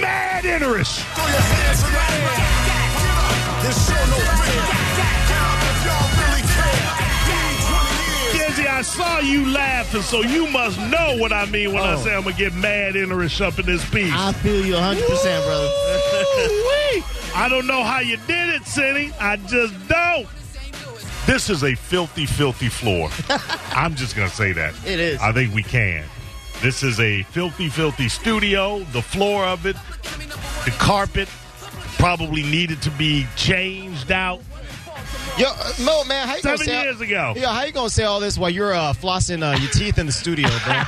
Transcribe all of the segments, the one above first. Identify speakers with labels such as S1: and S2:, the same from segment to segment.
S1: Mad interest.
S2: Throw your hands in the air. This show no fear. If y'all really care. Need 20 years.
S1: Dizzy, I saw you laughing, so you must know what I mean when I
S3: Oh.
S1: say I'm gonna get mad interest up in this piece.
S3: I feel you 100%, brother.
S1: Ooh-wee. I don't know how you did it, Cindy. I just don't. This is a filthy, filthy floor. I'm just going to say that.
S3: It is.
S1: I think we can. This is a filthy, filthy studio. The floor of it, the carpet probably needed to be changed out
S3: Yo, uh, Mo, man, how you
S1: seven
S3: gonna say
S1: years ago.
S3: Yo, how you gonna say all this while you're uh, flossing uh, your teeth in the studio, man?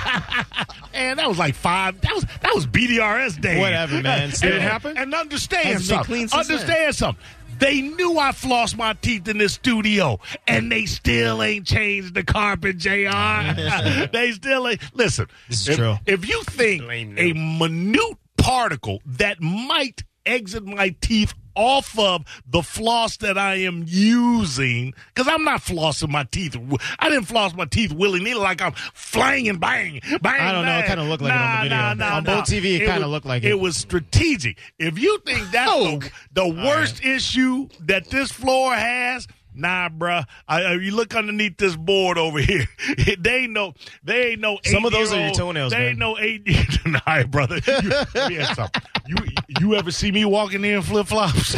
S1: And that was like five. That was that was BDRS day.
S3: Whatever, man.
S1: And,
S3: Still.
S1: it happened. And understand
S3: Hasn't been
S1: something.
S3: clean since then.
S1: Understand something. They knew I flossed my teeth in this studio, and they still ain't changed the carpet, Jr. they still ain't. Listen,
S3: This is
S1: if,
S3: true.
S1: If you think
S3: Lame
S1: a minute particle that might exit my teeth off of the floss that I am using, because I'm not flossing my teeth. w- I didn't floss my teeth willy nilly like I'm flanging bang, bang.
S3: I don't know. It
S1: bang.
S3: kinda looked like it on the
S1: Nah,
S3: video.
S1: Nah, nah,
S3: On
S1: nah.
S3: Bold TV, it kinda
S1: was-
S3: looked like it.
S1: It was strategic. If you think that's the, the worst issue that this floor has, nah, bruh. I, I- you look underneath this board over here. they ain't no, they ain't no.
S3: Some of those are your
S1: eight-year-old-
S3: toenails,
S1: They
S3: man.
S1: ain't no eight. nah, brother. You, let me ask something. you, you ever see me walking in flip flops?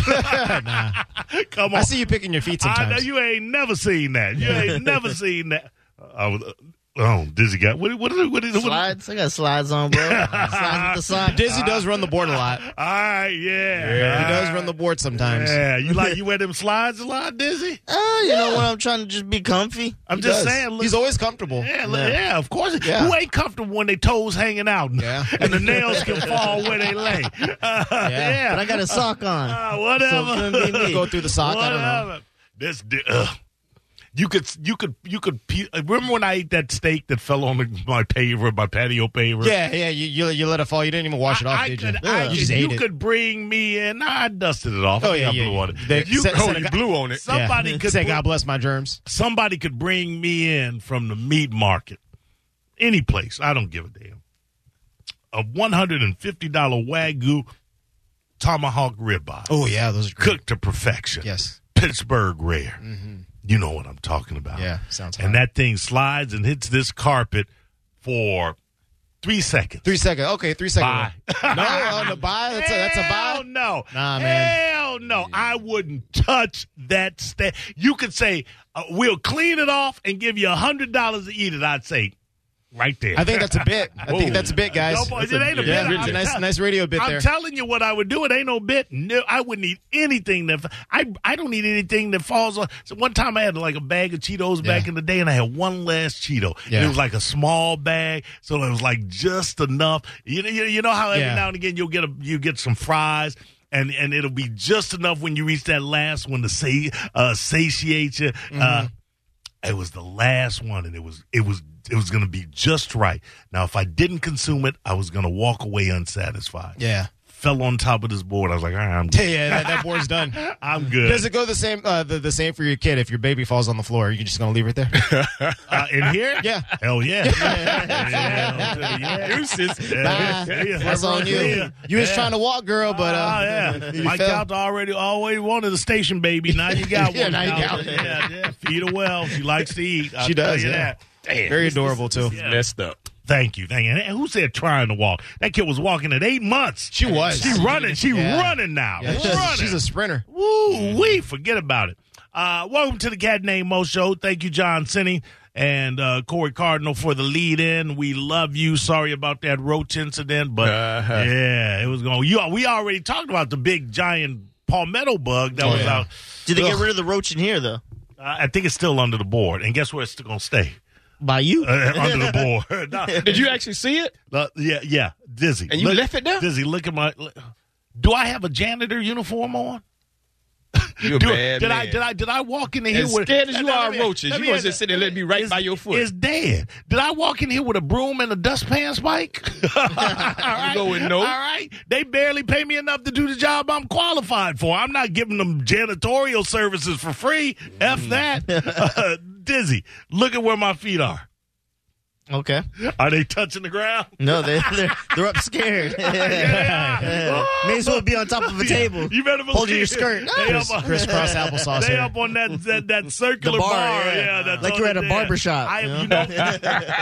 S1: Come on.
S3: I see you picking your feet
S1: I
S3: sometimes.
S1: know you ain't never seen that. You ain't never seen that. I was, oh, Dizzy got what? What? What? what, what, what
S4: Slides? I got slides on, bro. slides with the slide.
S3: Dizzy does run the board a lot.
S1: all right, yeah.
S3: He does run the board sometimes.
S1: Yeah, you like you wear them slides a lot, Dizzy.
S4: Oh, you know what? I'm trying to just be comfy.
S1: I'm
S3: He
S1: just
S3: does.
S1: saying. Look,
S3: He's always comfortable.
S1: yeah, look, yeah, of course.
S3: Yeah.
S1: Who ain't comfortable when their toes hanging out
S3: Yeah.
S1: and the nails can fall where they lay? Uh, yeah.
S4: But I got a sock on.
S1: Uh,
S4: so
S1: whatever.
S4: it couldn't be me.
S3: Go through the sock. I don't know.
S1: Whatever. This di- ugh. you could you could you could pe- remember when I ate that steak that fell on the, my paver, my patio paver.
S3: Yeah, yeah. You, you you let it fall. You didn't even wash it off,
S1: I
S3: did
S1: could,
S3: you?
S1: I
S3: you
S1: could-
S3: just ate
S1: you
S3: it.
S1: could bring me in. Nah, I dusted it off. I
S3: Oh,
S1: think
S3: yeah,
S1: I
S3: yeah,
S1: blew
S3: yeah.
S1: on it.
S3: They
S1: If you,
S3: said-
S1: oh,
S3: said a
S1: you
S3: guy-
S1: blew on it.
S3: Yeah.
S1: Somebody could
S3: say,
S1: bring-
S3: "God bless my germs."
S1: somebody could bring me in from the meat market, any place. I don't give a damn. A one hundred and fifty dollar wagyu tomahawk ribeye,
S3: Oh yeah, those are great.
S1: cooked to perfection.
S3: Yes. Mm-hmm.
S1: Pittsburgh rare. You know what I'm talking about.
S3: Yeah, sounds
S1: And that thing slides and hits this carpet for three seconds.
S3: Three second. Okay, three second.
S1: Bye.
S3: No, on the buy. That's a, that's a
S1: Hell
S3: buy.
S1: no.
S3: Nah, man.
S1: Hell no. I wouldn't touch that steak. You could say, uh, we'll clean it off and give you $100 to eat it. I'd say, right there.
S3: I think that's a bit. I think that's a bit, guys.
S1: No, boy,
S3: That's
S1: it ain't a
S3: yeah,
S1: bit.
S3: it's a
S1: I'm
S3: nice,
S1: tell-
S3: nice radio bit
S1: I'm
S3: there.
S1: telling you what I would do. It ain't no bit. No, I wouldn't eat anything that I I don't eat anything that falls on. So one time I had like a bag of Cheetos back
S3: Yeah.
S1: in the day, and I had one last Cheeto. And
S3: Yeah.
S1: it was like a small bag, so it was like just enough. You know, you, you know how every
S3: Yeah.
S1: now and again you'll get a you get some fries. And, and it'll be just enough when you reach that last one to say uh, satiate you.
S3: Mm-hmm.
S1: Uh, it was the last one and it was it was it was going to be just right now if i didn't consume it i was going to walk away unsatisfied
S3: yeah.
S1: fell on top of this board i was like all right i'm good
S3: Yeah, that, that board's done.
S1: i'm good
S3: Does it go the same uh, the, the same for your kid? If your baby falls on the floor, are you just gonna leave it there?
S1: uh, in here
S3: Yeah.
S1: hell yeah, yeah. deuces
S3: Bye. That's on you. You was trying to walk, girl, but uh,
S1: Oh, yeah.
S3: you
S1: Mike
S3: fell.
S1: Couch already always wanted a station baby. Now you got
S3: Yeah,
S1: one.
S3: now you got
S1: yeah,
S3: one.
S1: yeah, Feed her well. She likes to eat. I'll
S3: She
S1: tell
S3: does,
S1: you
S3: yeah.
S1: that. Damn.
S3: Very adorable too.
S1: yeah.
S5: Messed up.
S1: Thank you. Thank you. And who said trying to walk? That kid was walking at eight months.
S3: She was.
S1: She running. She
S3: Yeah.
S1: running now.
S3: Yeah, she's,
S1: running.
S3: she's a sprinter.
S1: Woo
S5: Mm-hmm.
S1: wee. Forget about it. Uh, welcome to the Cat Name Mo Show. Thank you, John Sinney and uh, Corey Cardinal for the lead in. We love you. Sorry about that roach incident, but
S5: Uh-huh.
S1: yeah, it was going. You we already talked about the big giant palmetto bug that
S3: Oh,
S1: was
S3: yeah.
S1: out.
S4: Did they get rid of the roach in here, though?
S1: Uh, I think it's still under the board, and guess where it's going to stay?
S4: By you?
S1: Uh, under the board. Nah.
S5: Did you actually see it?
S1: Uh, yeah, yeah, dizzy.
S5: And you left it there?
S1: Dizzy, look at my. look- do I have a janitor uniform on?
S5: You a
S1: Do-
S5: bad
S1: did
S5: man.
S1: I did I did I walk in here
S5: As
S1: with
S5: scared as you
S1: Now,
S5: are
S1: let
S5: of
S1: me-
S5: roaches,
S1: let
S5: you
S1: me-
S5: gonna just sit and let it be right
S1: it's-
S5: by your foot.
S1: It's dead. Did I walk in here with a broom and a dustpan spike? All right.
S5: go with no.
S1: All right. They barely pay me enough to do the job I'm qualified for. I'm not giving them janitorial services
S5: Mm.
S1: for free. F that. Dizzy, look at where my feet are.
S4: Okay.
S1: Are they touching the ground?
S4: No, they, they're, they're up scared. Yeah. May as well be on top of a table.
S1: You better believe
S4: Holding your skirt.
S1: They up, on-
S3: crisscross applesauce.
S1: they
S3: here.
S1: up on that that, that circular
S4: The
S1: bar.
S4: bar,
S1: Yeah,
S4: yeah.
S1: that's
S4: Like
S1: on
S4: you're at
S1: it there.
S4: a barber
S3: Uh,
S4: shop,
S1: I,
S4: you
S1: you know,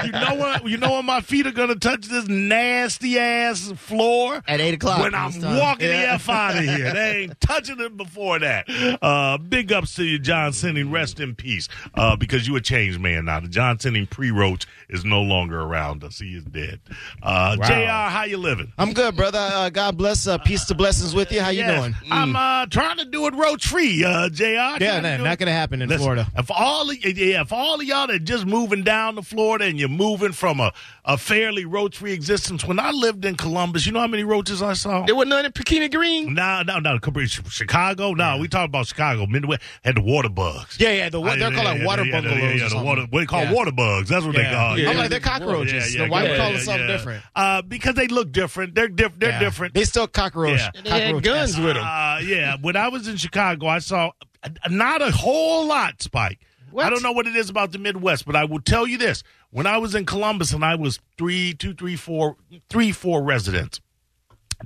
S1: you know what? You know when my feet are gonna touch this nasty ass floor.
S4: At 8 o'clock.
S1: when I'm
S4: it's time.
S1: walking the
S4: Yeah.
S1: F out of here. They ain't touching it before that. Uh, big ups to you, John Sinning. Rest in peace. Uh, because you a changed man now. The John Sinning pre-roach is no longer around us. He is dead. Uh, JR, how you living?
S3: I'm good, brother. Uh, God bless. Uh, peace to blessings with you. How you
S1: Yes,
S3: doing? Mm.
S1: I'm uh, trying to do it roach free, uh, JR.
S3: Yeah, no, not going to happen in Florida.
S1: If all of, yeah, if all of y'all that just moving down to Florida and you're moving from a, a fairly roach free existence, when I lived in Columbus, you know how many roaches I saw?
S5: There wasn't none in Bikini Green.
S1: No, no, no. Capri- Ch- Chicago? No, we talking about Chicago. Midwest had the water bugs.
S3: Yeah, yeah. The, wa-
S1: I-
S3: they're called like water
S1: yeah, yeah,
S3: bungalows.
S1: Yeah, yeah,
S3: or
S1: the
S3: something.
S1: water, what they call
S3: Yeah.
S1: water bugs. That's what they
S3: Yeah.
S1: call
S5: Yeah.
S3: I'm like they're cockroaches.
S1: Yeah, yeah,
S3: the white
S1: yeah,
S3: call
S1: yeah,
S3: it something
S1: yeah.
S3: different.
S1: Uh, because they look different. They're diff- They're
S3: Yeah.
S1: different.
S3: They still cockroach.
S1: Yeah.
S5: They had
S3: cockroach
S5: guns with them.
S1: Uh, yeah, when I was in Chicago, I saw uh, not a whole lot, Spike. I don't know what it is about the Midwest, but I will tell you this: when I was in Columbus and I was three, two, three, four, three, four residents,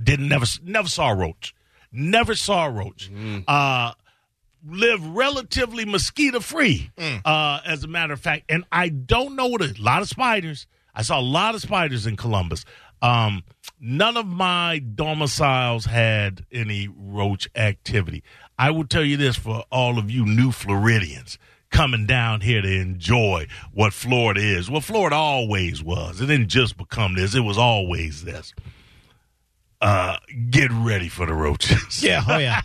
S1: didn't never never saw a roach, never saw a roach. Uh, live relatively mosquito free, uh, as a matter of fact. And I don't know what a lot of spiders. I saw a lot of spiders in Columbus. Um, none of my domiciles had any roach activity. I will tell you this for all of you new Floridians coming down here to enjoy what Florida is. Well, Florida always was. It didn't just become this, it was always this. Uh, get ready for the roaches.
S3: Yeah. Oh yeah.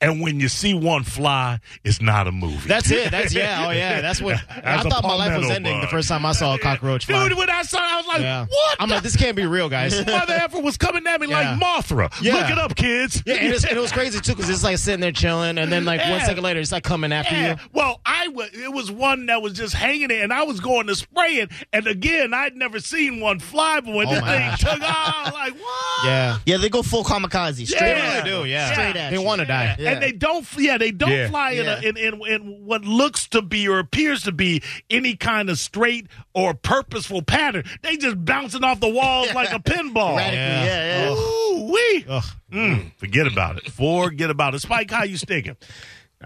S1: And when you see one fly, it's not a movie.
S3: That's it. That's yeah. Oh yeah. That's what
S1: That's a
S3: I thought my life was
S1: palmetto
S3: ending
S1: bug.
S3: the first time I saw a cockroach. fly.
S1: dude. When I saw, it, I was like,
S3: yeah.
S1: "What?"
S3: I'm like, this can't be real, guys.
S1: the mother effer was coming at me
S3: Yeah.
S1: like Mothra.
S3: Yeah.
S1: Look it up, kids.
S3: Yeah, and, it's, and it was crazy too because it's like sitting there chilling, and then like one
S1: Yeah.
S3: second later, it's like coming after
S1: Yeah.
S3: you.
S1: Well, I was. It was one that was just hanging there, and I was going to spray it. And again, I'd never seen one fly, but when
S3: Oh,
S1: this
S3: my
S1: thing
S3: gosh.
S1: took off, like what?
S3: Yeah,
S4: Yeah, they go full kamikaze. Straight
S1: Yeah.
S4: up.
S3: they do. Yeah,
S4: Straight at
S3: they
S4: you.
S3: want to die.
S4: Yeah.
S1: And they don't, yeah, they don't
S5: Yeah.
S1: fly in, a,
S4: Yeah.
S1: in, in in what looks to be or appears to be any kind of straight or purposeful pattern. They just bouncing off the walls like a pinball.
S4: Radically,
S3: Yeah.
S4: yeah, yeah.
S1: Ooh wee!
S3: Ugh.
S1: Mm. forget about it. Forget about it. Spike, how you sticking?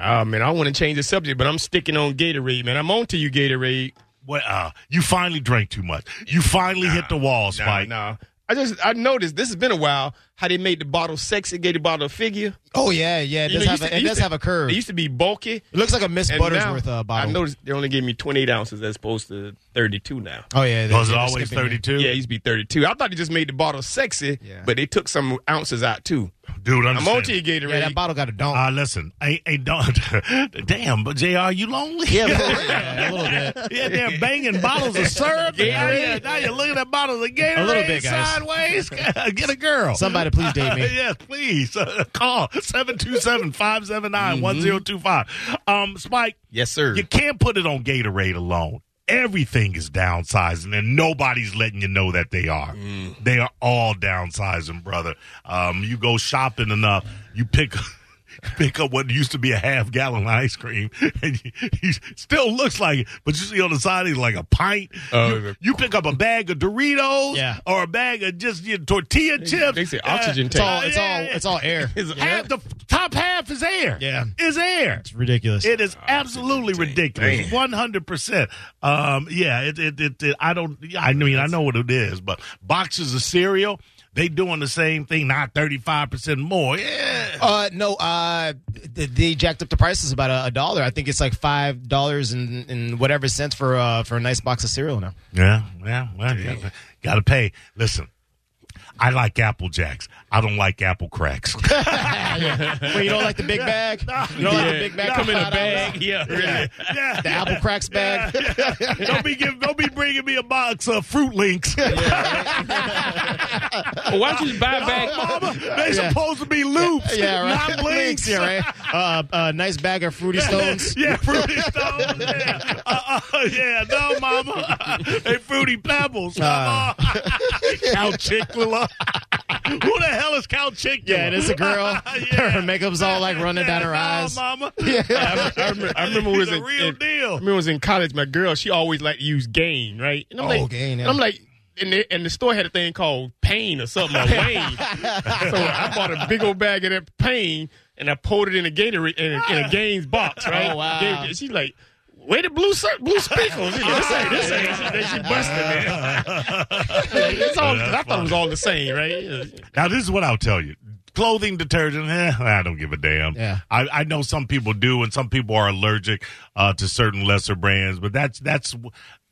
S5: Oh man, I want to change the subject, but I'm sticking on Gatorade, man. I'm on to you, Gatorade.
S1: Well, uh, you finally drank too much. You finally hit the wall, Spike.
S5: Nah, nah. I just I noticed this has been a while how they made the bottle sexy, gave the bottle a figure.
S3: Oh yeah, yeah. It
S5: You
S3: does
S5: know,
S3: have
S5: used
S3: a,
S5: to-
S3: it
S5: used
S3: does
S5: to-
S3: have a curve.
S5: It used to be bulky.
S3: It looks like a Miss
S5: And
S3: Buttersworth
S5: now,
S3: uh, bottle.
S5: I noticed they only gave me 28 ounces as opposed to 32 now.
S3: Oh yeah, they-
S1: Was it
S3: they're
S1: always
S3: skipping it.
S1: thirty two?
S5: Yeah, it used to be 32. I thought they just made the bottle sexy,
S3: Yeah.
S5: but they took some ounces out too.
S1: dude.
S5: I'm on to you,
S1: Understand.
S5: Gatorade.
S3: Yeah, that bottle got a dunk.
S1: Uh, listen, ain't ain't don't. damn, but Jr. You lonely?
S4: Yeah, but-
S3: yeah, a little bit.
S1: Yeah, they're banging bottles of syrup. Yeah, yeah. Now you're looking at bottles of Gatorade
S3: little bit, guys.
S1: sideways. Get a girl.
S3: Somebody please date me.
S1: yes, please. call 727-579-1025. Um, Spike,
S5: yes, sir.
S1: You can't put it on Gatorade alone. Everything is downsizing, and nobody's letting you know that they are. They are all downsizing, brother. Um, you go shopping enough, you pick pick up what used to be a half gallon of ice cream, and you, you still looks like it, but you see on the side it's like a pint.
S5: Oh,
S1: you,
S5: yeah.
S1: you pick up a bag of Doritos,
S3: Yeah.
S1: or a bag of just your tortilla chips.
S5: they say
S1: Uh,
S5: oxygen
S3: It's
S5: tank.
S3: all it's all it's all air.
S5: It's-
S1: half the top half is air.
S3: Yeah.
S1: is air.
S3: Oh, It's ridiculous.
S1: It is absolutely ridiculous.
S5: Damn.
S1: One hundred percent. Um, yeah, it, it, it, it. I don't. I mean, I know what it is, but boxes of cereal, they doing the same thing. Not thirty five percent more. Yeah.
S3: Uh no, uh th- they jacked up the prices about a, a dollar. I think it's like five dollars and, and whatever cents for uh for a nice box of cereal now.
S1: Yeah. Yeah. Well, you gotta, gotta pay. Listen. I like Apple Jacks. I don't like Apple Cracks.
S3: Wait, you don't like the big bag? You don't like the big bag?
S5: come in a
S3: $5?
S5: bag. Yeah, really.
S1: Yeah.
S3: The apple cracks bag.
S1: Don't be giving, don't be bringing me a box of Fruit Links.
S5: Well, why don't you buy back?
S1: Mama, they supposed to be loops,
S3: Yeah, right.
S1: not links.
S3: yeah, right. Uh, a nice bag of fruity stones.
S1: Yeah, fruity stones. Yeah, uh, uh, yeah no,
S3: Uh.
S1: mama. hey, fruity pebbles. Mama. Count Chick-fil-A. Who the hell is Count Chicula?
S3: Yeah, and it's a girl.
S1: Yeah.
S3: Her makeup's all like running down her
S1: Yeah, Oh,
S3: eyes.
S1: nah, mama.
S5: I, I remember, I remember when I was
S1: He's a
S5: in,
S1: real
S5: in-
S1: deal.
S5: I remember when I was in college. My girl, she always liked to use Gain, right? And I'm
S3: Oh,
S5: like,
S3: Gain, yeah.
S5: and I'm like, and the, and the store had a thing called Pain or something, or Wayne. so I bought a big old bag of that Pain, and I poured it in a Gatorade in a, in a Gain's box, right?
S3: Oh, wow.
S5: Gave it to- she's like. Where the blue cir- blue speckles? You know, this ain't this ain't she, she busted man. it's all, I thought it was all the same, right?
S1: Now, this is what I'll tell you. Clothing detergent, eh, I don't give a damn.
S3: Yeah.
S1: I, I know some people do, and some people are allergic uh, to certain lesser brands, but that's that's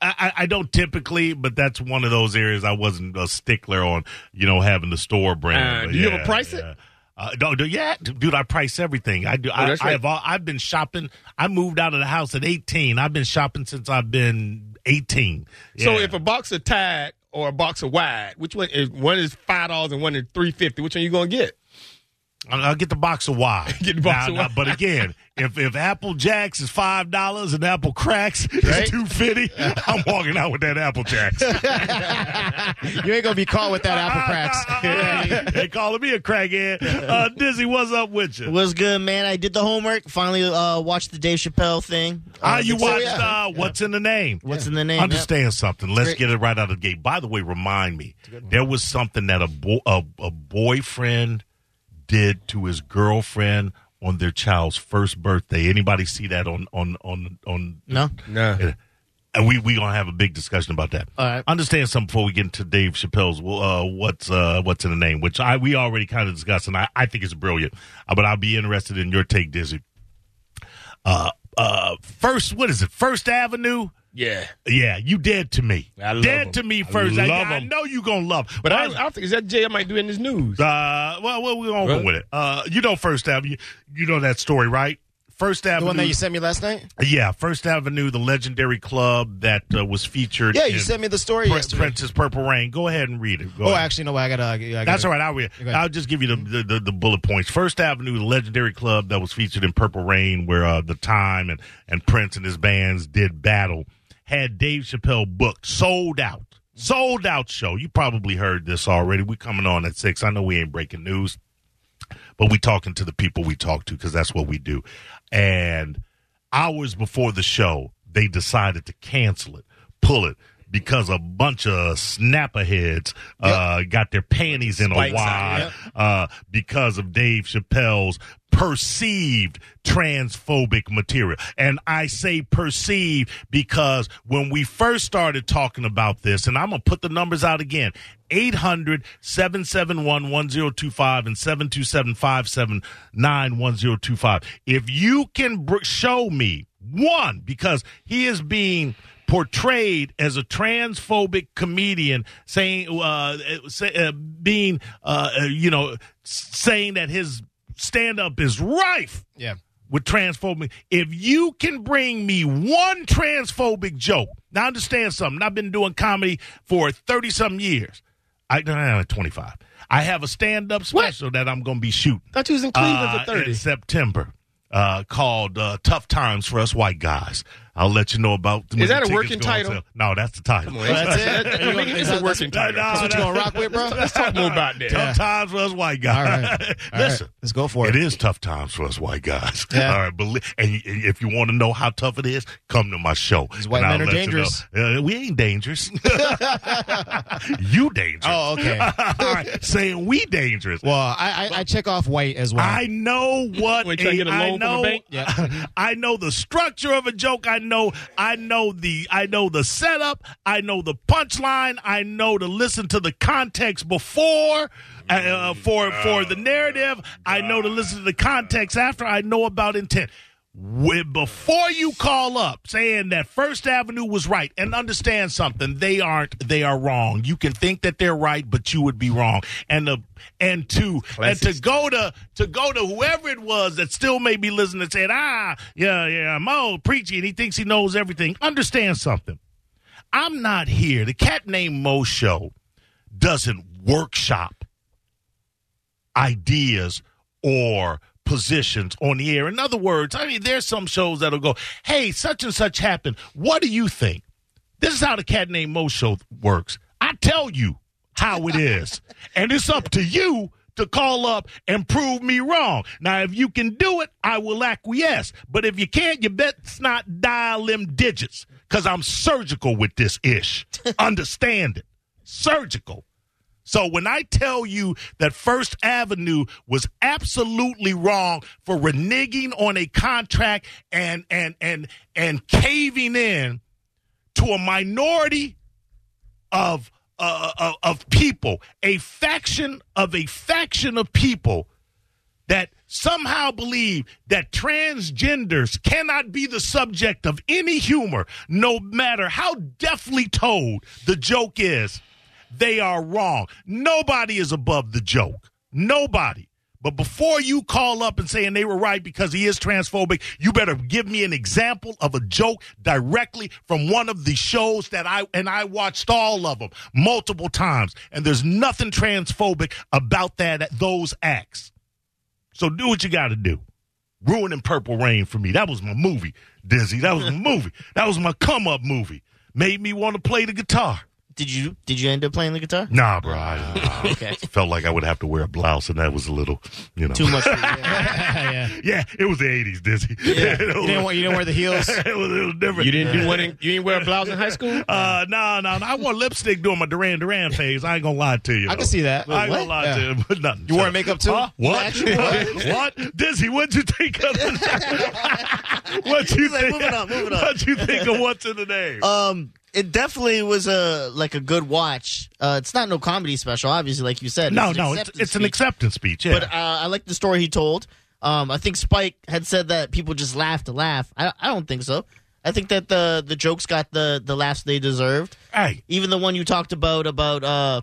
S1: I, I- I don't typically, but that's one of those areas I wasn't a stickler on, you know, having the store brand.
S5: Uh,
S1: But
S5: do you ever price it? Oh,
S1: Uh, no, do yeah, dude. I price everything. I do. I,
S5: that's
S1: I
S5: right.
S1: have. All, I've been shopping. I moved out of the house at eighteen. I've been shopping since I've been eighteen.
S5: So
S1: Yeah.
S5: if a box of Tide or a box of Wide, which one is one is five dollars and one is three fifty? Which one you gonna get?
S1: I'll I'll get the box of wine.
S5: Get the box of wine.
S1: but again, if if Apple Jacks is five dollars and Apple Cracks is
S5: Right.
S1: two fifty, I'm walking out with that Apple Jacks.
S3: You ain't gonna be caught with that apple cracks.
S1: they calling me a crackhead. Uh, Dizzy, what's up with you?
S4: What's good, man? I did the homework. Finally, uh, watched the Dave Chappelle thing.
S1: Ah,
S4: Uh,
S1: you
S4: the-
S1: watched
S3: yeah.
S1: uh, What's in the Name?
S4: What's in the name?
S1: Understand something. Let's
S3: Great.
S1: get it right out of the gate. By the way, remind me, there was something that a, bo- a a boyfriend did to his girlfriend on their child's first birthday. Anybody see that on on on on
S4: Yep. No.
S5: No.
S1: Yeah. And we we gonna have a big discussion about that.
S3: All right.
S1: Understand something before we get into Dave Chappelle's uh, what's uh, what's in the name, which I we already kind of discussed, and I, I think it's brilliant. Uh, but I'll be interested in your take, Dizzy. Uh, uh, first, what is it? First Avenue.
S5: Yeah.
S1: Yeah, you dead to me.
S5: I love
S1: dead
S5: 'em.
S1: to me
S5: I
S1: first. I,
S5: love
S1: I
S5: 'em.
S1: know you gonna love,
S5: But I, I
S1: Why-
S5: don't think is that Jay I might do in this news.
S1: uh, well, well, we're gonna go
S5: Really?
S1: with it. Uh, you know First Avenue. You know that story, right? First Avenue.
S3: The one that you sent me last night.
S1: yeah, First Avenue, the legendary club that uh, was featured.
S3: Yeah, you
S1: in-
S3: sent me the story.
S1: Prin-
S3: yesterday.
S1: Princess Purple Rain. Go ahead and read it. Go
S3: Oh,
S1: ahead.
S3: actually, no way. I gotta. I gotta
S1: That's all right. I'll read.
S3: Go ahead.
S1: I'll just give you the, the, the, the bullet points. First Avenue, the legendary club that was featured in Purple Rain, where uh, the time and, and Prince and his bands did battle, had Dave Chappelle booked, sold out, sold out show. You probably heard this already. We're coming on at six. I know we ain't breaking news, but we talking to the people we talk to because that's what we do. And hours before the show, they decided to cancel it, pull it. Because a bunch of snapperheads uh, got their panties in a
S5: Spikes on it,
S1: wad
S5: yep.
S1: uh, because of Dave Chappelle's perceived transphobic material. And I say perceived because when we first started talking about this, and I'm going to put the numbers out again 800 771 1025 and 727 579 1025. If you can br- show me one, because he is being portrayed as a transphobic comedian, saying, uh, say, uh, being, uh, uh, you know, s- saying that his stand up is rife
S3: Yeah.
S1: with transphobic. If you can bring me one transphobic joke, now understand something. I've been doing comedy for 30 some years. I, no, no, no, 25. I have a stand up special that I'm going to be shooting
S5: Not you was in Cleveland
S1: uh,
S5: for thirty.
S1: in September uh, called uh, "Tough Times for Us White Guys." I'll let you know about. when
S5: Is that
S1: the
S5: a
S1: tickets
S5: working
S1: go on
S5: title?
S1: sale. No, that's the title.
S5: Well, that's it. That-
S3: You
S5: that-
S3: gonna-
S5: It's a working
S1: No,
S5: title.
S1: no,
S5: Let's
S3: What you gonna rock with, bro?
S5: talk more about that.
S1: Tough times for us white
S3: All
S1: guys.
S3: right. All right.
S1: Listen,
S3: Let's go for
S1: it
S3: it.
S1: is tough times for us white guys.
S3: Yeah.
S1: All right, belie- and y- and if you want to know how tough it is, come to my show. These
S3: white men are dangerous.
S1: Uh, we ain't dangerous. you dangerous.
S3: Oh, okay.
S1: All right, saying we dangerous.
S3: Well, I, I I check off white as well.
S1: I know what
S5: Wait, trying to get a
S1: I
S5: loan from the
S1: know,
S5: bank?
S1: I know the structure of a joke. I know I know the I know the setup. I know the punchline. I know to listen to the context before uh, for for the narrative. I know to listen to the context after. I know about intent. When, before you call up saying that First Avenue was right, and understand something, they aren't. They are wrong. You can think that they're right, but you would be wrong. And the and to and to go to to go to whoever it was that still may be listening and said, ah, yeah, yeah, Mo preachy, and he thinks he knows everything. Understand something. I'm not here. The cat named Mo show doesn't workshop ideas or positions on the air. In other words, I mean, there's some shows that'll go, hey, such and such happened. What do you think? This is how the cat named Mo show works. I tell you how it is. and it's up to you to call up and prove me wrong. Now, if you can do it, I will acquiesce. But if you can't, you best not dial them digits because I'm surgical with this ish. Understand it. Surgical. So when I tell you that First Avenue was absolutely wrong for reneging on a contract and and and and caving in to a minority of uh, of, of people, a faction of a faction of people that somehow believe that transgenders cannot be the subject of any humor, no matter how deftly told the joke is, they are wrong. Nobody is above the joke. Nobody. But before you call up and saying they were right because he is transphobic, you better give me an example of a joke directly from one of the shows that I and I watched all of them multiple times. And there's nothing transphobic about that those acts. So do what you got to do. Ruining Purple Rain for me. That was my movie, Dizzy. That was my movie. That was my come up movie. Made me want to play the guitar.
S4: Did you did you end up playing the guitar?
S1: Nah, bro. I
S3: Oh,
S4: Okay.
S1: felt like I would have to wear a blouse, and that was a little, you know.
S4: Too much. yeah.
S3: yeah.
S1: Yeah, it was the 80s, Dizzy.
S3: You didn't, want, you didn't wear the heels.
S1: it was a little different.
S5: You didn't do one. In, you didn't wear a blouse in high school.
S1: Uh, no, no, no. I wore lipstick during my Duran Duran phase. I ain't gonna lie to you.
S3: I can
S1: though.
S3: see that.
S1: I ain't
S3: What?
S1: gonna lie
S3: Yeah.
S1: to you. But nothing.
S3: You wore makeup too?
S1: Huh? What?
S4: You actually
S1: what? Dizzy, what'd you think of the What you
S4: He's like,
S1: think?
S4: moving on, moving on.
S1: What you think of what's in the name?
S4: Um, it definitely was a like a good watch. Uh, it's not no comedy special, obviously, like you said.
S1: no,
S4: an
S1: no, it's,
S4: acceptance
S1: it's an
S4: speech.
S1: acceptance speech. Yeah.
S4: But uh, I like the story he told. Um, I think Spike had said that people just laugh to laugh. I, I don't think so. I think that the the jokes got the the laughs they deserved.
S1: hey,
S4: Even the one you talked about about uh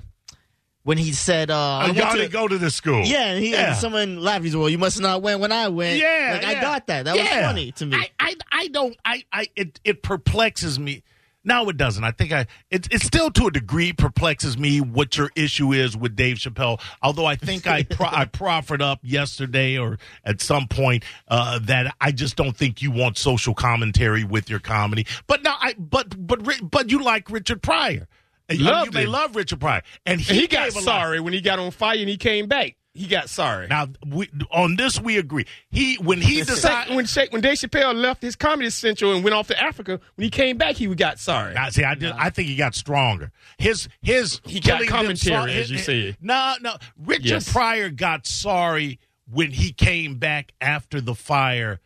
S4: when he said uh, I
S1: uh,
S4: went
S1: y'all
S4: to-
S1: didn't go to this school.
S4: yeah, and he,
S1: Yeah.
S4: And someone laughed. He's well, you must not went when I went.
S1: Yeah,
S4: like,
S1: yeah.
S4: I got that. That
S1: Yeah.
S4: was funny to me.
S1: I, I, I don't. I, I, it, it perplexes me. No, it doesn't. I think I. It, it still to a degree perplexes me what your issue is with Dave Chappelle. Although I think I, pro- I proffered up yesterday or at some point uh, that I just don't think you want social commentary with your comedy. But now I. But but Ri- but you like Richard Pryor. And you-
S5: Loved
S1: you may
S5: him.
S1: love Richard Pryor, and he,
S5: he got
S1: gave a lot-
S5: sorry when he got on fire and he came back. He got sorry.
S1: Now we, on this we agree. He when he
S5: Sa-
S1: decided.
S5: when Sha- when Dave Chappelle left his Comedy Central and went off to Africa, when he came back, he got sorry.
S1: I see. I did, I think he got stronger. His his
S5: He
S1: killing
S5: got
S1: them
S5: commentary, as you
S1: his-
S5: say.
S1: No, no. Richard
S5: Yes.
S1: Pryor got sorry when he came back after the fire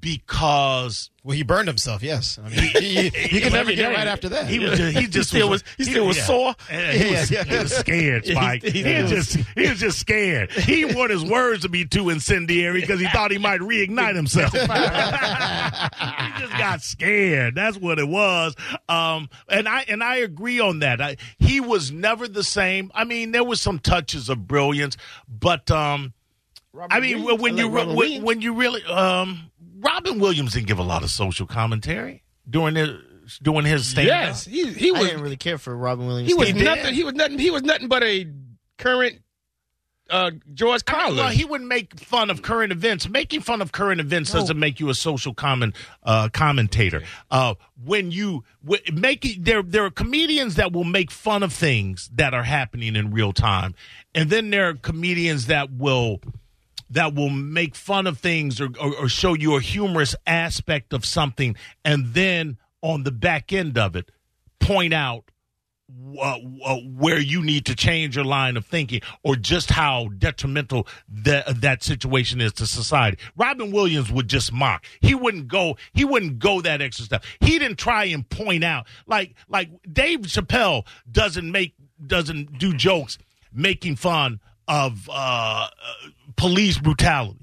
S1: because
S3: Well, he burned himself. Yes, I mean, he- he- you can
S5: But I
S3: never
S5: mean,
S3: get
S5: that
S3: right
S5: ain't-
S3: after that.
S1: he was just, he just
S5: still was- he still was sore.
S1: Yeah, he, was,
S3: Yeah, yeah.
S1: he was scared, Spike. he, was just he was just scared. He didn't want his words to be too incendiary because he thought he might reignite himself. he just got scared. That's what it was. Um, and I and I agree on that. I, he was never the same. I mean, there was some touches of brilliance, but um, I mean,
S5: Williams.
S1: when
S5: I
S1: you
S5: like
S1: re-
S5: Robin
S1: when,
S5: Williams.
S1: when you really um, Robin Williams didn't give a lot of social commentary during his during his stand.
S5: yes, he, he
S4: I
S5: was
S4: didn't really care for Robin Williams.
S5: he was
S4: stand-up.
S5: nothing. He was nothing. He was nothing but a current uh, George Carlin.
S1: Well, he wouldn't make fun of current events. Making fun of current events doesn't make you a social comment uh, commentator. Uh, when you w- make it, there, there are comedians that will make fun of things that are happening in real time, and then there are comedians that will that will make fun of things or, or, or show you a humorous aspect of something, and then on the back end of it, point out uh, uh, where you need to change your line of thinking or just how detrimental that that situation is to society. Robin Williams would just mock. He wouldn't go he wouldn't go that extra step. He didn't try and point out like like Dave Chappelle doesn't make doesn't do jokes making fun of uh, uh, police brutality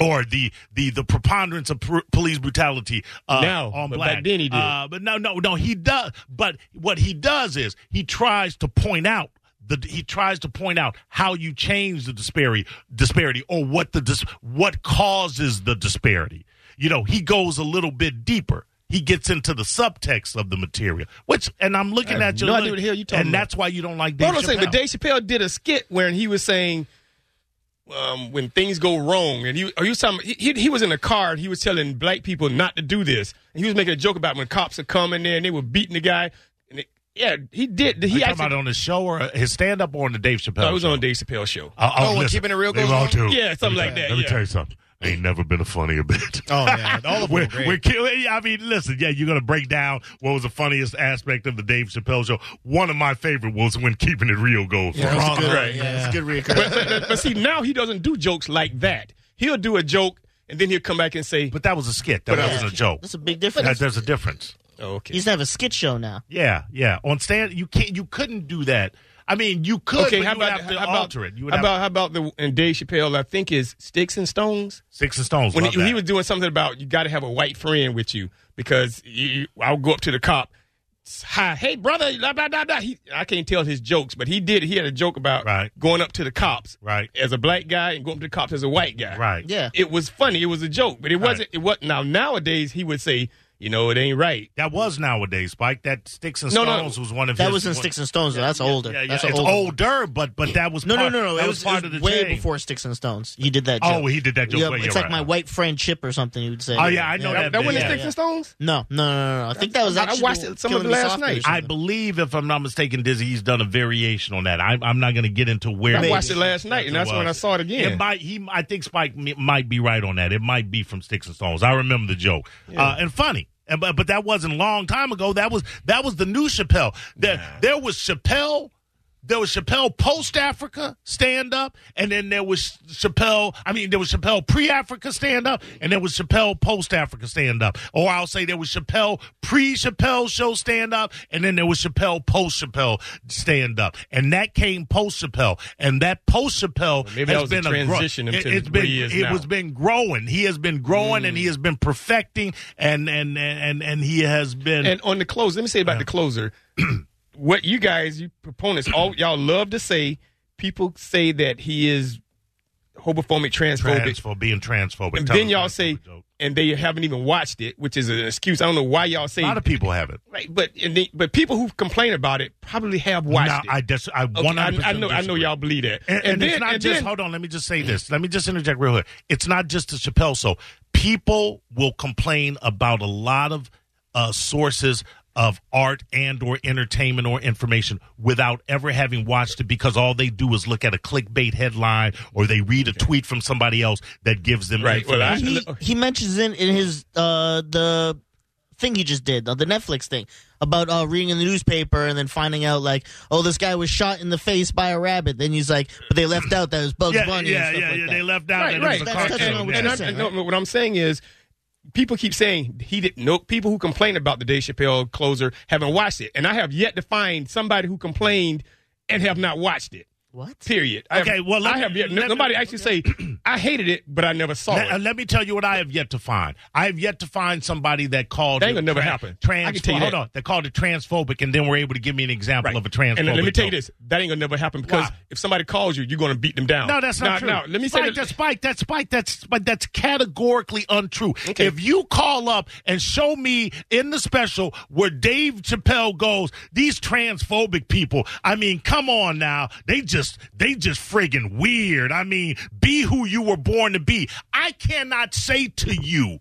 S1: or the the the preponderance of pr- police brutality uh,
S5: Now,
S1: on
S5: but
S1: black.
S5: back then he did.
S1: Uh, but no, no, no. He does. But what he does is he tries to point out. The, he tries to point out how you change the disparity, disparity, or what the dis, what causes the disparity. You know, he goes a little bit deeper. He gets into the subtext of the material, which, and I'm looking
S5: I have
S1: at you,
S5: no
S1: look-
S5: idea what the hell you talking
S1: and
S5: about.
S1: that's why you don't like Dave
S5: Hold on a
S1: Chappelle.
S5: second, but Dave Chappelle did a skit where he was saying um, when things go wrong, and he are you talking? He, he was in a car and he was telling black people not to do this, and he was making a joke about when cops are coming there and they were beating the guy, and it, Yeah, he did.
S1: He
S5: He
S1: talking about
S5: actually.
S1: on the show or his stand up or on the Dave Chappelle?
S5: No, it was
S1: show?
S5: on Dave Chappelle show.
S1: Oh,
S3: Oh, when Keeping It Real
S1: they
S3: goes
S1: wrong
S3: on?
S1: too.
S5: Yeah, something
S1: Let me tell-
S5: like that,
S1: Let me
S5: yeah.
S1: tell you something. Ain't never been a funnier bit.
S3: Oh yeah, all of them.
S1: We're,
S3: are great.
S1: we're killing. I mean, listen, yeah, you're gonna break down what was the funniest aspect of the Dave Chappelle show. One of my favorite was when keeping it real goes
S4: Yeah,
S1: wrong.
S4: that's good.
S5: Right.
S4: Yeah, that's good
S5: But,
S4: reoccurring.
S5: but- but- but see, now he doesn't do jokes like that. He'll do a joke and then he'll come back and say,
S1: But that was a skit. That
S5: But, uh,
S1: wasn't a joke.
S4: That's a big
S1: That,
S4: difference.
S1: there's a difference.
S5: oh, "Okay,
S4: He used to have a skit show now.
S1: Yeah, yeah. On stand, you can't. You couldn't do that. I mean, you could.
S5: okay."
S1: but
S5: How
S1: you would
S5: about
S1: have to
S5: how about
S1: alter it? You would
S5: how
S1: have
S5: about how about the and Dave Chappelle? I think is sticks and stones.
S1: six and stones.
S5: When
S1: love
S5: he, he
S1: that.
S5: was doing something about you got to have a white friend with you because you, you- I'll go up to the cop. Hi, hey brother, blah blah blah blah. He, I can't tell his jokes, but he did. He had a joke about
S1: Right.
S5: going up to the cops
S1: Right.
S5: as a black guy and going up to the cops as a white guy.
S1: right.
S4: Yeah.
S5: it was funny. It was a joke, but it
S1: Right.
S5: wasn't. It was now nowadays he would say, you know, it ain't right.
S1: That was nowadays, Spike. That sticks and
S5: No, no.
S1: stones was one of
S4: That
S1: his-
S4: was in
S1: one-
S4: Sticks and Stones, though. That's older.
S1: Yeah, yeah.
S4: That's
S1: it's
S4: older.
S1: older, but but that was
S4: No, no,
S1: part,
S4: no, no.
S1: That
S4: It
S1: was,
S4: was,
S1: part
S4: it
S1: of the
S4: was way
S1: change.
S4: before Sticks and Stones. He did that.
S1: Oh,
S4: joke.
S1: he did that joke.
S4: Yeah,
S1: Well,
S4: it's
S1: you're
S4: like
S1: right.
S4: my white friend Chip or something. He would say.
S1: Oh yeah, I know
S5: That,
S1: that.
S5: that
S1: bit,
S5: wasn't
S1: yeah.
S5: Sticks and Stones.
S4: No, no, no, no, no. I think that was
S5: I- I
S4: actually.
S5: watched it- some of
S4: Killing
S5: it
S4: Me
S5: last
S4: Softly or
S5: night.
S1: I
S4: something.
S1: believe, if I'm not mistaken, Dizzy, he's done a variation on that. I'm, I'm not going to get into where.
S5: I watched it last night, and that's when I saw it
S1: It
S5: again.
S1: might, he, I think Spike m- might be right on that. It might be from Sticks and Stones. I remember the joke uh, and funny, and, but but that wasn't a long time ago. That was that was the new Chappelle. There there was Chappelle. There was Chappelle post Africa stand up, and then there was Chappelle. I mean, there was Chappelle pre Africa stand up, and there was Chappelle post Africa stand up. Or I'll say there was Chappelle pre Chappelle show stand up, and then there was Chappelle post Chappelle stand up, and that came post Chappelle, and that post Chappelle
S5: Maybe that
S1: has
S5: was a
S1: been a gro-
S5: transition into
S1: it's
S5: where
S1: been
S5: he is
S1: it
S5: now. Mm.
S1: was been growing. He has been growing and he has been perfecting and and and and he has been
S5: and on the close, let me say about the closer. what you guys, you proponents, all y'all love to say, people say that he is homophobic,
S1: trans
S5: transphobic,
S1: for being transphobic.
S5: and
S1: Tell
S5: then
S1: us
S5: y'all
S1: that's
S5: say,
S1: a joke.
S5: and they haven't even watched it, which is an excuse. I don't know why y'all
S1: a
S5: say,
S1: lot of people have it.
S5: right, but and they, but people who complain about it probably have watched
S1: Now,
S5: it.
S1: I dis- I
S5: Okay,
S1: one
S5: I,
S1: hundred
S5: I know, I know y'all believe that.
S1: And, and it's not
S5: and
S1: just
S5: then-
S1: hold on. Let me just say this. Let me just interject real quick. It's not just the Chappelle show. People will complain about a lot of uh, sources of art and or entertainment or information without ever having watched it because all they do is look at a clickbait headline or they read a tweet from somebody else that gives them
S5: Right, well, I-
S1: information.
S4: he, he mentions in in his uh the thing he just did uh, the Netflix thing about uh reading in the newspaper and then finding out like oh this guy was shot in the face by a rabbit then he's like but they left out that it was Bugs
S1: yeah,
S4: Bunny
S1: yeah,
S4: and stuff
S1: yeah,
S4: like
S1: yeah.
S4: that.
S1: They left out
S5: Right,
S1: that it was
S5: right.
S1: a
S4: That's-
S1: cartoon.
S4: that's what
S5: and,
S4: we're
S5: and I'm,
S4: saying,
S5: and no, what I'm saying is, people keep saying he didn't know. People who complain about the Dave Chappelle closer haven't watched it, and I have yet to find somebody who complained and have not watched it.
S4: What?
S5: Period. I have-
S1: Okay, well, let
S5: I
S1: me-
S5: have yet.
S1: let me-
S5: nobody actually say I hated it, but I never saw
S1: Let, uh,
S5: it.
S1: let me tell you what I have yet to find. I have yet to find somebody that called
S5: That ain't
S1: it
S5: gonna never happen.
S1: Trans-
S5: I can tell you
S1: hold
S5: that.
S1: on, that called it transphobic, and then were able to give me an example
S5: Right.
S1: of a transphobic.
S5: And let me tell you
S1: joke.
S5: this: that ain't gonna never happen because
S1: Why?
S5: if somebody calls you, you're gonna beat them down.
S1: No, that's not
S5: Now-
S1: true.
S5: now, let me say
S1: Spike,
S5: that-
S1: that's Spike. That's Spike. That's but that's categorically untrue.
S5: Okay.
S1: If you call up and show me in the special where Dave Chappelle goes, these transphobic people. I mean, come on now. They just they just friggin' weird. I mean, be who you were born to be. I cannot say to you.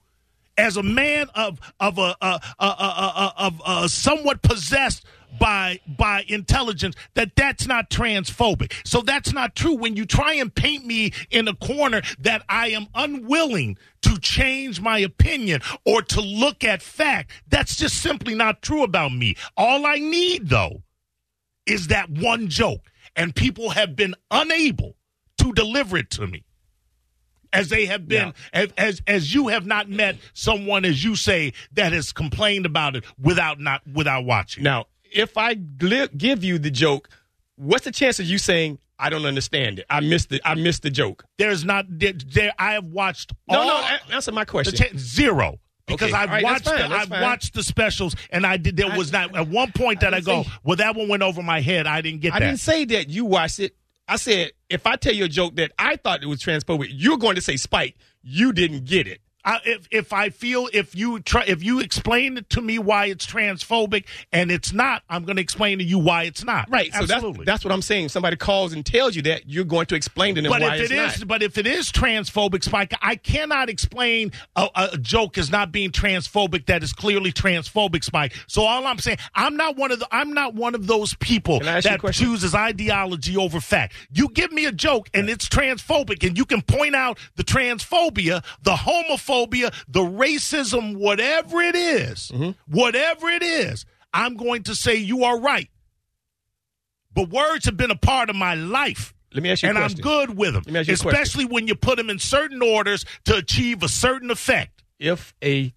S1: As a man of of a, a, a, a, a- a- of uh, somewhat possessed by by intelligence that that's not transphobic. So that's not true. When you try and paint me in a corner that I am unwilling to change my opinion or to look at fact, that's just simply not true about me. All I need though is that one joke, and people have been unable to deliver it to me. As they have been, as, as as you have not met someone, as you say, that has complained about it without not without watching.
S5: Now, if I gli- give you the joke, what's the chance of you saying I don't understand it? I missed the I missed the joke.
S1: There's not there. there I have watched
S5: No,
S1: all
S5: no, a- answer my
S1: the
S5: question.
S1: cha- zero because
S5: Okay.
S1: I've
S5: All right, that's
S1: watched
S5: fine,
S1: the,
S5: that's
S1: I've
S5: fine.
S1: watched the specials and I did. There
S5: I-
S1: was not at one point
S5: I
S1: that I,
S5: didn't
S1: go,
S5: say-
S1: well, that one went over my head. I didn't get
S5: I
S1: that.
S5: didn't say that you watched it. I said if I tell you a joke that I thought it was transphobic, you're going to say Spike, you didn't get it.
S1: I, if if I feel if you try if you explain it to me why it's transphobic and it's not, I'm going to explain to you why it's not.
S5: Right. So that's,
S1: Absolutely.
S5: that's what I'm saying. If somebody calls and tells you that, you're going to explain to them
S1: but
S5: why
S1: if
S5: it's
S1: it is,
S5: not.
S1: but if it is transphobic, Spike, I cannot explain a, a joke as not being transphobic that is clearly transphobic, Spike. So all I'm saying, I'm not one of the, I'm not one of those people
S5: Can I ask you a
S1: that
S5: question?
S1: chooses ideology over fact. You give me a joke and it's transphobic, and you can point out the transphobia, the homophobia, the racism, whatever it is,
S5: Mm-hmm.
S1: whatever it is. I'm going to say you are right. But words have been a part of my life
S5: Let me ask you a
S1: and
S5: question.
S1: I'm good with them,
S5: Let me ask you a question.
S1: especially when you put them in certain orders to achieve a certain effect.
S5: If a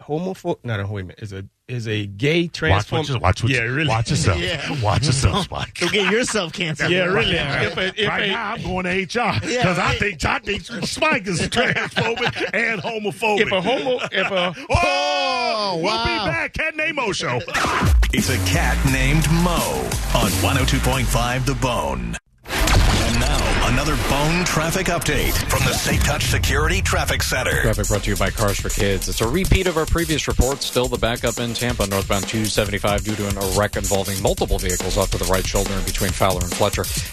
S5: homophobe, not a wait a minute, is a is a gay transform. yeah, really.
S1: yourself.
S4: Yeah.
S1: Watch yourself, Spike.
S4: Go get yourself canceled.
S5: Yeah, really. If a, if
S1: right
S5: a,
S1: now, I'm going to HR because
S4: Yeah,
S1: I
S4: right.
S1: think I think Spike is transphobic and homophobic.
S5: if a homo, if a
S1: oh, we'll
S4: wow.
S1: be back at Nemo Show.
S2: It's a cat named Mo on 102.5 The Bone. And now, another bone traffic update from the Safe Touch Security Traffic Center.
S6: Traffic brought to you by Cars for Kids. It's a repeat of our previous report. Still the backup in Tampa, northbound 275, due to an a wreck involving multiple vehicles off to the right shoulder in between Fowler and Fletcher.